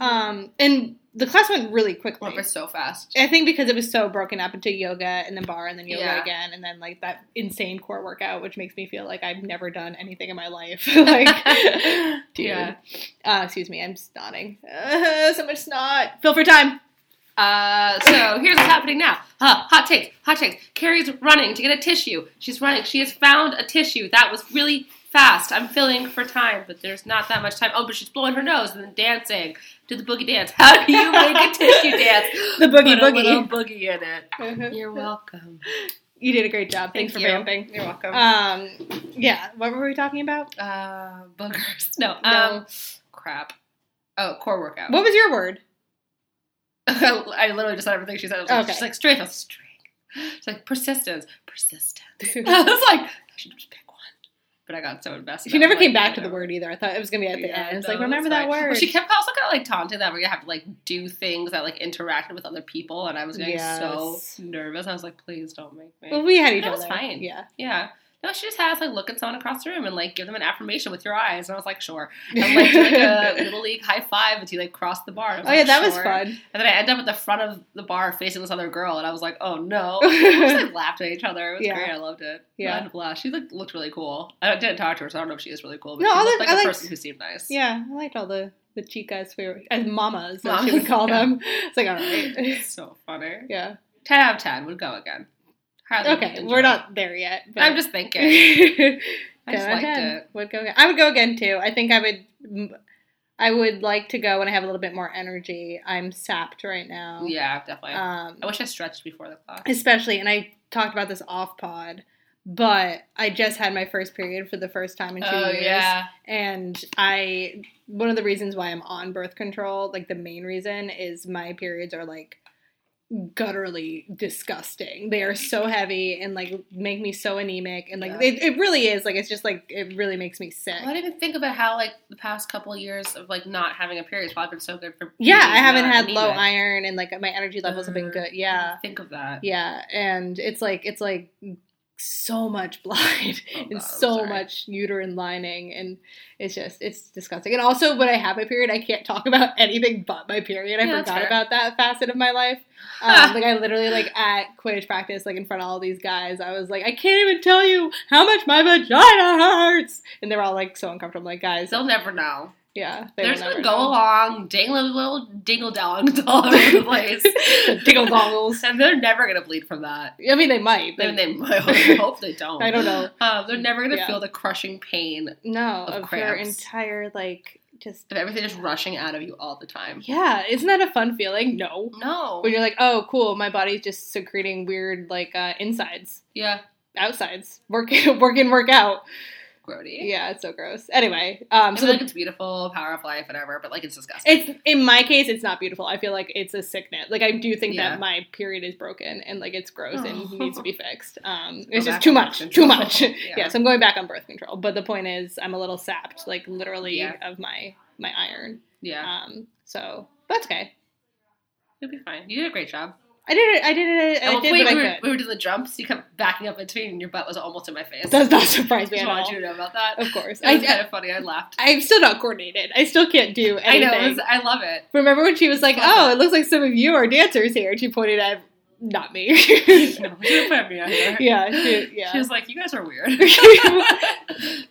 Um, and the class went really quickly.
went for so fast.
I think because it was so broken up into yoga and then bar and then yoga
Yeah.
again and then like that insane core workout, which makes me feel like I've never done anything in my life. *laughs*
*laughs*
like, dude.
Yeah.
Uh, excuse me, I'm snotting. *laughs* so much snot. Fill for time.
Uh, so here's what's happening now. Huh, hot takes, hot takes. Carrie's running to get a tissue. She's running. She has found a tissue. That was really fast. I'm filling for time, but there's not that much time. Oh, but she's blowing her nose and then dancing. Do the boogie dance. How do you make a tissue dance?
The *laughs* boogie Uh-huh.
Put a little
*laughs* boogie.
boogie in it. You're welcome.
You did a great job. Thanks
Thank
for
you.
vamping.
You're welcome.
Um, yeah. What were we talking about?
Uh, boogers. No.
No.
Um, crap. Oh, core workout.
What was your
*laughs*
word?
I literally just said everything she said. I was like,
Okay.
She's like strength. I was strength. She's like persistence, persistence. *laughs* I was like, I should just pick one. But I got so
*laughs*
invested.
She never
I'm like,
came back to the
whatever.
word either. I thought it was gonna be at the
Yeah,
end. It's
no,
like remember
it's
that
fine.
word.
Well, she kept also kind of like taunting that we're gonna have to like do things that like interacted with other people, and I was getting so
Yes.
nervous. I was like, please don't make me.
well, we had each
That
other.
was fine.
Yeah.
yeah. No, she just has like look at someone across the room and like give them an affirmation with your eyes, and I was
*laughs*
like, sure. And like do like a little league high five until you like cross the bar. And I
oh yeah,
like,
that was
sure.
fun.
And then I end up at the front of the bar facing this other girl, and I was like,
*laughs*
oh no. we just like laughed at each other. It was
Yeah.
great. I loved it.
Yeah.
I had a blast. She looked looked really cool. I didn't talk to her, so I don't know if she is really cool. But
No,
she
I
looked
like-
like a
I like-
person who seemed nice. *laughs*
Yeah, I liked all the the chicas we were as mamas, as
Mamas,
she would call
yeah.
them. *laughs* It's like all right. *laughs*
so funny.
yeah.
Ten out of ten would go again. Highly
Okay,
enjoyed.
we're not there yet. But
I'm just
*laughs*
thinking.
Ten
I just
out of
liked
ten.
it.
Would go again. I would go again too. I think I would. I would like to go when I have a little bit more energy. I'm sapped right now.
Oh, Yeah, definitely.
Um,
I wish I stretched before the class.
especially, and I talked about this off pod, but I just had my first period for the first time in two
Oh
years.
yeah.
And I, one of the reasons why I'm on birth control, like the main reason, is my periods are like gutturally disgusting. They are so heavy and like make me so anemic and like it, it really is like it's just like it really makes me sick.
I didn't even think about how like the past couple years of like not having a period has probably been so good for.
Yeah,
being
I haven't
not
had low
anemic.
iron and like my energy levels have been
Uh,
good. Yeah.
Think of that.
Yeah, and it's like it's like so much *laughs* blood
Oh, God, I'm
and so
sorry.
much uterine lining and it's just it's disgusting. And also when I have my period I can't talk about *laughs* anything but my period. I
Yeah, that's
forgot
fair.
about that facet of my
*laughs*
life. Um, like I literally like at Quidditch practice, like in front of all these guys, I was like, I can't even tell you how much my vagina hurts and they were all like so uncomfortable, like guys
They'll never know.
yeah.
They
they
are
will
just gonna
never
go
know.
along, dangle a little dingle dong all over the
*laughs*
*laughs* place,
Diggle dongles.
and *laughs* they're never gonna bleed from that.
I mean they might,
I
but
mean, they I
*laughs*
hope they don't.
I don't know.
Um, they're never gonna
Yeah.
feel the crushing pain
No,
of
of, your
cramps.
entire like just
of everything just rushing out of you all the time.
yeah. Isn't that a fun feeling? No,
No.
when you're like, oh, cool, my body's just secreting weird like uh, insides,
Yeah.
outsides, work *laughs* in, work in, work out.
Grody.
Yeah, it's so gross. Anyway, um,
I
so
feel like
the-
it's beautiful, power of life, whatever, but like it's disgusting.
it's in my case, it's not beautiful. I feel like it's a sickness. Like I do think
Yeah.
that my period is broken and like it's gross
Oh.
and needs to be fixed. Um,
Go
it's
back
just too
on birth
much,
control.
too much. *laughs*
Yeah.
Yes, I'm going back on birth control. But the point is, I'm a little sapped, like literally,
Yeah.
of my my iron.
yeah.
Um, so that's okay.
You'll be fine. You did a great job.
I did it. I did it. I,
At one
did
point,
what
we, were,
I could.
we were doing the jumps, you kept backing up into me, and your butt was almost in my face.
Does
*laughs*
not surprise me at
just wanted
all.
you to know about that.
Of course,
It was kind
I,
of funny. I laughed.
I, am still not coordinated. I still can't do anything.
I know. It was, I love it.
Remember when she was like,
Love
"Oh,
that.
it looks like some of you are dancers here," and she pointed at not me.
No, she didn't put me on there.
*laughs* Yeah, she- yeah.
She was like, "You guys are weird."
*laughs*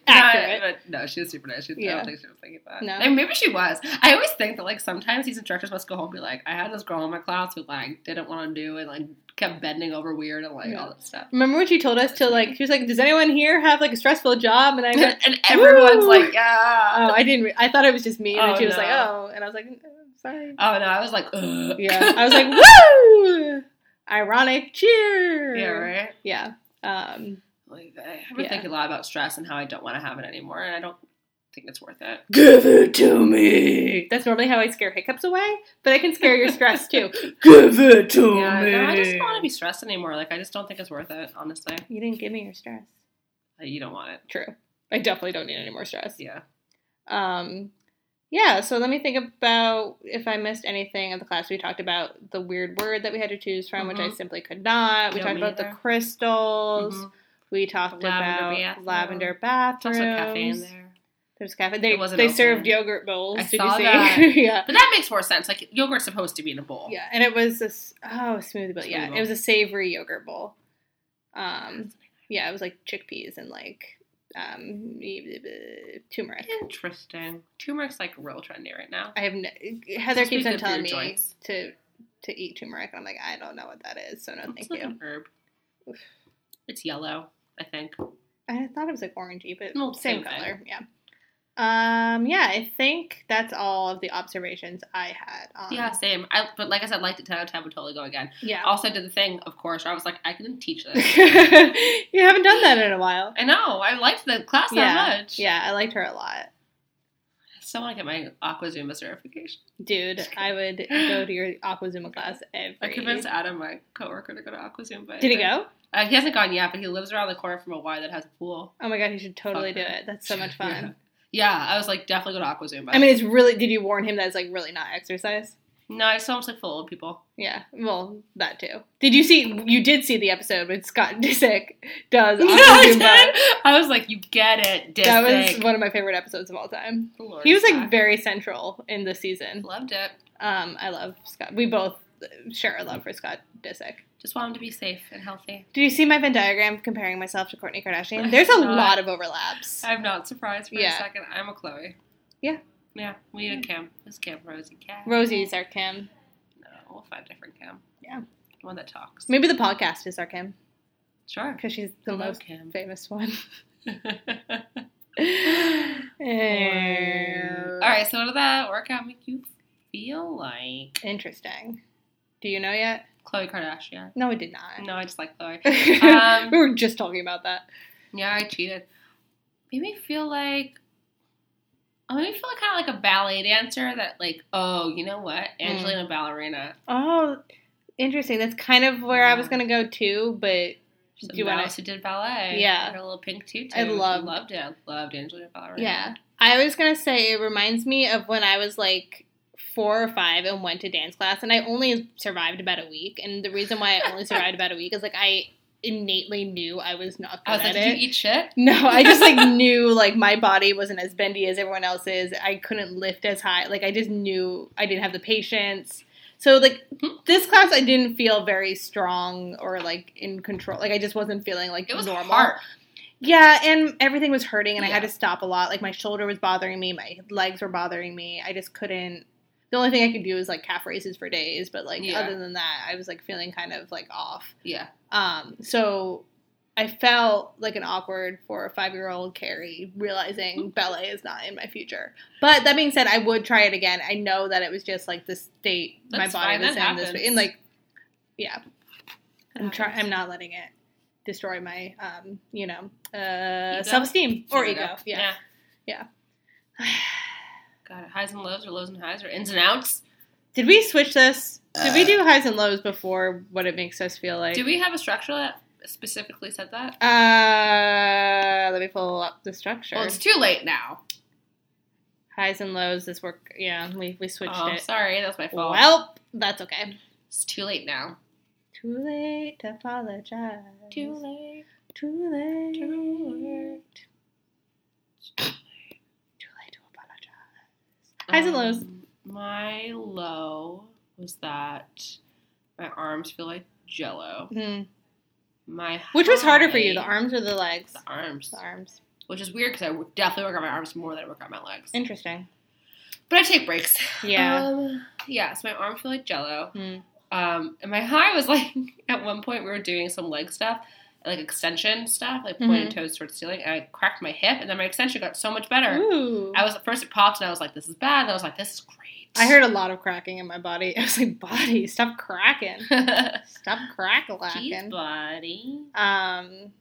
Accurate.
No, but no, she was super nice. She, I
Yeah.
don't think she was thinking that.
No.
I mean, maybe she was. I always think that like sometimes these instructors must go home and be like, "I had this girl in my class who like didn't want to do and like kept bending over weird and like
Yeah.
all that stuff."
Remember when she told us to like? She was like, "Does anyone here have like a stressful job?" And I
And,
went,
*laughs* everyone's
Woo!
like, "Yeah."
"Oh, I didn't. Re- I thought it was just me." And
Oh,
she was like,
no.
"Oh," and I was like, "Oh,
*laughs*
"Sorry."
Oh no, I was like, Ugh.
Yeah, I was
*laughs*
like, "Woo!" Ironic cheer.
yeah, right.
Yeah. Um,
Like, I've been
Yeah.
thinking a lot about stress and how I don't want to have it anymore, and I don't think it's worth it.
Give it to me. That's normally how I scare hiccups away, but I can scare your stress
*laughs*
too. Give it to
Yeah, no, I just don't want to be stressed anymore. Like, I just don't think it's worth it, honestly.
You didn't give me your stress.
Like, you don't want it.
True. I definitely don't need any more stress.
Yeah.
Um, yeah. So let me think about if I missed anything of the class. We talked about the weird word that we had to choose from, which I
Mhm.
simply could not. We
No,
talked
me
about
neither.
the crystals.
Mhm.
We talked
The lavender
about
bathroom.
lavender
It's
bathrooms.
also cafe in there.
There's cafe. They,
It wasn't
they
open.
served yogurt bowls.
I
Did you
saw
see? *laughs*
that.
yeah.
But that makes more sense. Like yogurt's supposed to be in a bowl.
Yeah, and it was this oh smoothie bowl. Yeah,
Smoothie bowl.
it was a savory yogurt bowl. Um, yeah, it was like chickpeas and like um turmeric.
Interesting. Turmeric's like real trendy right now.
I have no, Heather
Must be
keeps
good
on
for your
telling me
joints.
to to eat turmeric, and I'm like, I don't know what that is, so no,
it's
thank
like
you.
an herb. It's yellow, I think.
I thought it was like orangey, but
No,
same,
same thing.
color. Yeah. Um. Yeah, I think that's all of the observations I had. On,
yeah, same. I but like I said, liked it ten out of ten. Would totally go again.
Yeah.
Also did the thing, of course. Where I was like, I can teach
*laughs*
this.
you haven't done that in a while.
I know. I liked the class
yeah.
so much.
Yeah, I liked her a lot.
I still want to get my Aqua Zumba certification.
Dude, I would go to
*gasps*
your Aquazuma class every.
I convinced Adam, my coworker, to go to Aqua Zumba. I
Did he
think.
go?
Uh, he hasn't gone yet, but he lives around the corner from a Y that has a pool.
Oh my god, he should totally
Fuck
do
him.
it. That's so much fun.
*laughs* Yeah. Yeah, I was like, definitely go to Aqua Zumba.
I mean, it's really. Did you warn him that it's like really not exercise?
no, it's almost like full
*laughs*
old people.
Yeah, well, that too. Did you see? You did see the episode when Scott *laughs* Disick
*laughs*
does Aquazumba.
I was like, you get it, Disney.
That was one of my favorite episodes of all time. He was like very central in the season.
loved it.
Um, I love Scott. We both share a love for Scott Disick.
Just want him to be safe and healthy.
Did you see my Venn diagram comparing myself to Courtney Kardashian? There's a
did not.
lot of overlaps.
I'm not surprised for a
Yeah.
second. I'm a Chloe.
Yeah.
Yeah, we need a Kim. This Kim, Rosie Cat.
Rosie's our Kim.
No, we'll find a different Kim.
Yeah.
The one that talks.
Maybe the podcast is our Kim
Sure.
because she's the
Hello,
most
Kim.
famous
*laughs*
one. Eh,
All right, so what did that workout make you feel like?
Interesting. Do you know yet?
Chloe Kardashian.
No, I did not.
No, Um, I just like Chloe.
*laughs* we were just talking about that.
Yeah, I cheated. Made me feel like. I made me feel kind
Mm.
of like a ballet dancer that, like, oh, you know what? Angelina Ballerina.
Oh, interesting. That's kind of where I was gonna go too, but
She's
Do you wanna-
else who did ballet.
Yeah.
Her little pink tutu.
I loved-
loved it. Loved Angelina Ballerina.
yeah, I was gonna say it reminds me of when I was like four or five and went to dance class, and I only survived about a week. And the reason why I only survived about a week is like I innately knew I was not good
I was like,
at
did
it.
you eat shit?
No, I just
*laughs*
like knew like my body wasn't as bendy as everyone else's. I couldn't lift as high. Like I just knew I didn't have the patience. So like this class, I didn't feel very strong or like in control. Like I just wasn't feeling like
It was
normal.
hard.
Yeah, and everything was hurting, and I had
Yeah.
to stop a lot. Like my shoulder was bothering me, my legs were bothering me. I just couldn't. The only thing I could do was like calf raises for days, but like
Yeah.
other than that, I was like feeling kind of like off.
Yeah.
Um, so I felt like an awkward four or five year old Carrie
Mm-hmm.
realizing ballet is not in my future. But that being said, I would try it again. I know that it was just like the state
That's
my body
fine,
was
that
in this
happens.
and like yeah. I'm trying
happens.
I'm not letting it destroy my um, you know,
Ego.
uh self esteem or ego. Yeah.
*sighs* God, highs and lows or lows and highs or ins and outs.
Did we switch this? Did we do highs and lows before what it makes us feel like?
Do we have a structure that specifically said that?
uh let me pull up the structure.
Well, it's too late now.
highs and lows. This work, yeah, we, we switched
Oh,
it.
sorry, that's my fault.
Well, that's okay.
it's too late now.
Too late to apologize.
late.
Too late.
Too late.
Too late to apologize. Highs and lows.
Um, My low was that my arms feel like jello.
Hmm.
My
Which was harder for you, the
high-
arms or the legs?
The arms.
The arms.
Which is weird because I w- definitely work on my arms more than I work on my legs.
Interesting.
But I take breaks. *laughs*
Yeah.
Um, yeah, so my arm feel like jello.
Hmm.
Um, and my high was like, *laughs* at one point, we were doing some leg stuff, like extension stuff, like
Mm-hmm.
pointing toes towards ceiling, and I cracked my hip, and then my extension got so much better.
Ooh.
I was at first it popped, and I was like, this is bad. And I was like, this is great.
I
*laughs*
heard a lot of cracking in my body. *laughs* I was like, body, stop
*laughs*
cracking.
heard.
Stop crack
Jeez,
lacking.
buddy.
Um,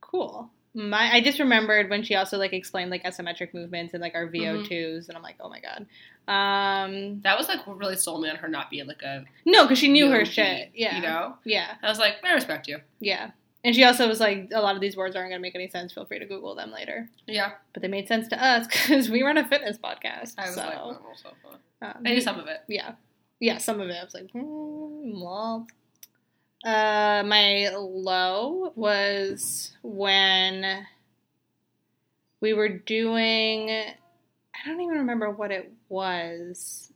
cool. My, I just remembered when she also like explained like asymmetric movements and like our
Mm-hmm.
VO2s, and I'm like, oh my god. Um,
That was like what really sold me on her not being like a
No, because she knew her
yogi,
shit. Yeah.
You know?
Yeah.
I was like, I respect you.
Yeah. And she also was like, a lot of these words aren't going to make any sense. Feel free to Google them later.
Yeah.
But they made sense to us *laughs* because we run a fitness podcast.
I was like,
so,
oh, so fun.
um,
I knew some of it.
yeah. Yeah, some of it. I was like, mm, well. Uh, my low was when we were doing, I don't even remember what it was,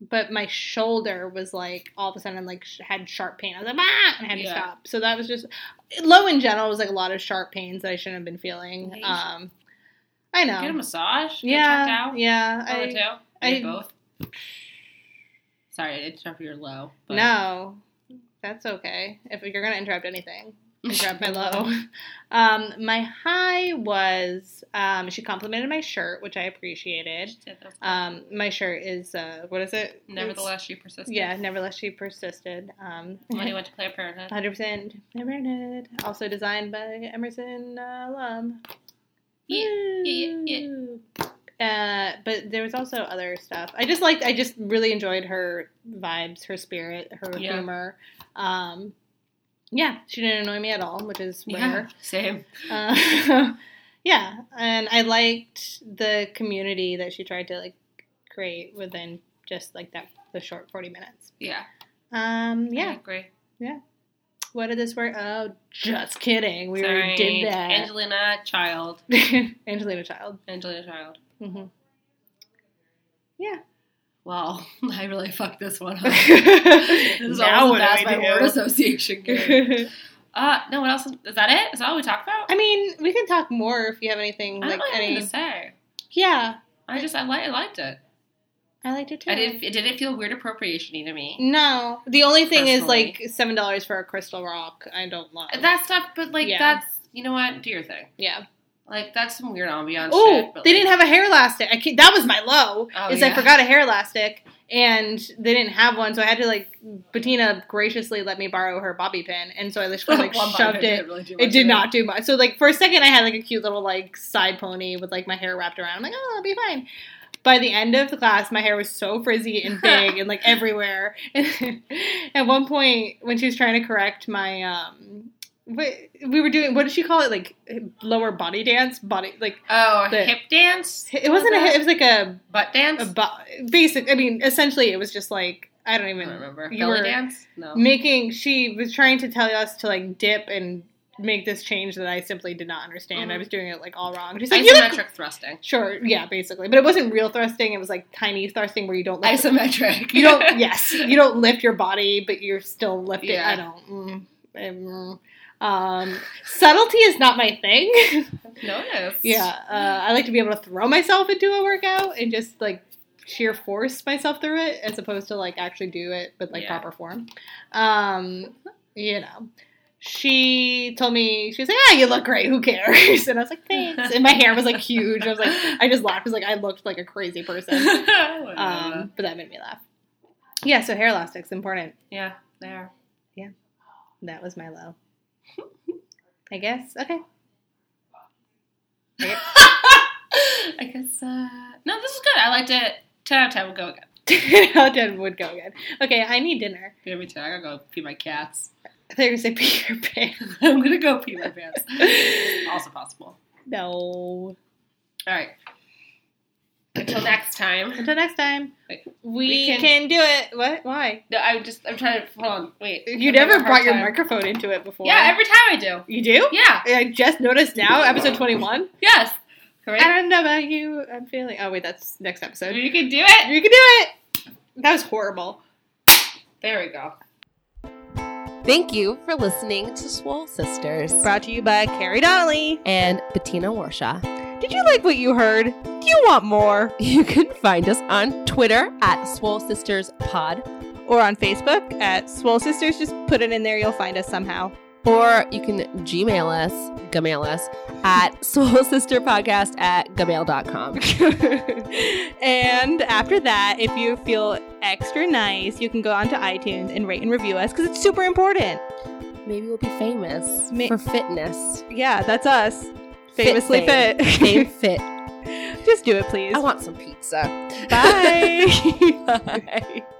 but my shoulder was like all of a sudden like sh- had sharp pain. I was like, ah, and I had
Yeah.
to stop. So that was just low in general was like a lot of sharp pains that I shouldn't have been feeling.
Nice.
Um, I know.
Get a massage. Get
yeah,
Checked out.
yeah.
Or
I-
the two.
I-
Maybe both. Sorry, I interrupted your low. but-
No, that's okay. If you're gonna interrupt anything, interrupt my
*laughs*
low. Um, my high was um, she complimented my shirt, which I appreciated. Um, my shirt is uh, what is it?
Nevertheless, she
It's-
persisted.
yeah. Nevertheless, she persisted. Um,
When he went to Planned Parenthood.
hundred percent Emerson. Also designed by Emerson uh, alum.
Yeah, yeah, yeah.
Woo. Uh, but there was also other stuff. I just liked. I just really enjoyed her vibes, her spirit, her
Yeah.
humor. Um, yeah, she didn't annoy me at all, which is
Yeah.
rare.
Same.
Uh, *laughs* yeah, and I liked the community that she tried to like create within just like that the short forty minutes.
Yeah.
Um,
I
yeah,
agree.
what did this work? Oh, just kidding. We
Sorry.
already did that.
Angelina Child.
*laughs* Angelina Child.
Angelina Child.
hmm
Wow, *laughs* I really fucked this
*laughs*
one up. *laughs* this is
now what
always a bad
do
by
we *laughs*
word
do?
*laughs* association
*laughs*
game. uh, no, what else? Is, is that it? Is that all we talked about?
I mean, we can talk more if you have anything
I don't
like
really have anything
any.
to say.
Yeah,
I just, I, li- I liked it.
I liked it too.
I didn't, it didn't feel weird appropriation to me.
No, the only thing is
Personally.
like seven dollars for a crystal rock. I don't love.
That stuff, but like,
Yeah.
that's, you know what? Do your thing.
yeah.
Like, that's some weird ambiance
Oh,
shit. but,
they
like,
didn't have a hair elastic. I can't, that was my low.
Oh,
is
yeah.
I forgot a hair elastic and they didn't have one, so I had to like Bettina graciously let me borrow her bobby pin, and so I just
*laughs*
like
One bottom
shoved
didn't
it
really do much
It did
of
not do much. So like for a second, I had like a cute little like side pony with like my hair wrapped around. I'm like, oh, that'll be fine. By the end of the class, my hair was so frizzy and big
*laughs*
and like everywhere. *laughs* And at one point, when she was trying to correct my, um, what, we were doing, what did she call it? Like lower body dance, body like
Oh, a
The-
hip dance?
it wasn't a, it was like a,
Butt dance?
a bo- basic. I mean, essentially, it was just like I don't
I
even
don't remember.
You
Belly
were-
dance? No.
making she was trying to tell us to like dip and make this change that I simply did not understand. I
Mhm.
was doing it like all wrong. She's like, you look-
Isometric
*laughs*
thrusting.
sure, yeah, basically, but it wasn't real thrusting. It was like tiny thrusting where you don't lift,
*laughs* Isometric.
you don't yes you don't lift your body, but you're still lifting.
Yeah.
I don't. Mm, mm, um, subtlety is not my thing. *laughs*
notice.
yeah, uh, I like to be able to throw myself into a workout and just like sheer force myself through it as opposed to like actually do it with like
Yeah.
proper form. Um, you know, she told me she was like, "Ah, you look great. Who cares?" *laughs* And I was like, "Thanks." And my hair was like huge. I was like, I just laughed. I was like, I looked like a crazy *laughs*
*laughs*
person.
Uh,
Um, but that made me laugh. Yeah, so hair elastics important.
yeah, there.
That was my low. I guess. Okay. *laughs*
I guess, uh, no, this is good. I liked it. 10 out of 10 will go again.
How dead would go again. Okay, I need dinner.
Give me 10. I gotta go pee my cats. *laughs*
I thought you were going to say *laughs* Peter Pan.
I'm gonna go pee
*laughs*
my pants. also possible.
No.
All right. Until next time.
Until next time.
Wait,
we
can-
can, do it. What? Why?
No, I'm just, I'm trying to, hold on, wait.
You
I'm having a
never
hard
brought your
time.
microphone into it before.
Yeah, every time I do.
you do?
Yeah,
I just noticed now, episode 21.
yes.
I
Right?
don't know about you. I'm feeling. Oh, wait, that's next episode. You
You can do it.
can do it. That was horrible.
There we go.
Thank you for listening to Swole Sisters
Brought to you by Carrie Donnelly.
and Bettina Warshaw.
Did you like what you heard? Do you want more?
*laughs* You can find us on Twitter at Swole Sisters Pod,
Or on Facebook at Swole Sisters. Just put it in there. You'll find us
*laughs*
somehow.
or you can Gmail us, Gmail us at Swole Sister Podcast at gmail.com.
and after that, if you feel extra nice, you can go onto iTunes and rate and review us because it's super important.
Maybe we'll be famous
Ma-
for fitness.
Yeah, that's us. Famously
fame.
fit. *laughs*
Fame fit.
Just do it, please. *laughs*
I want some pizza.
Bye.
Bye.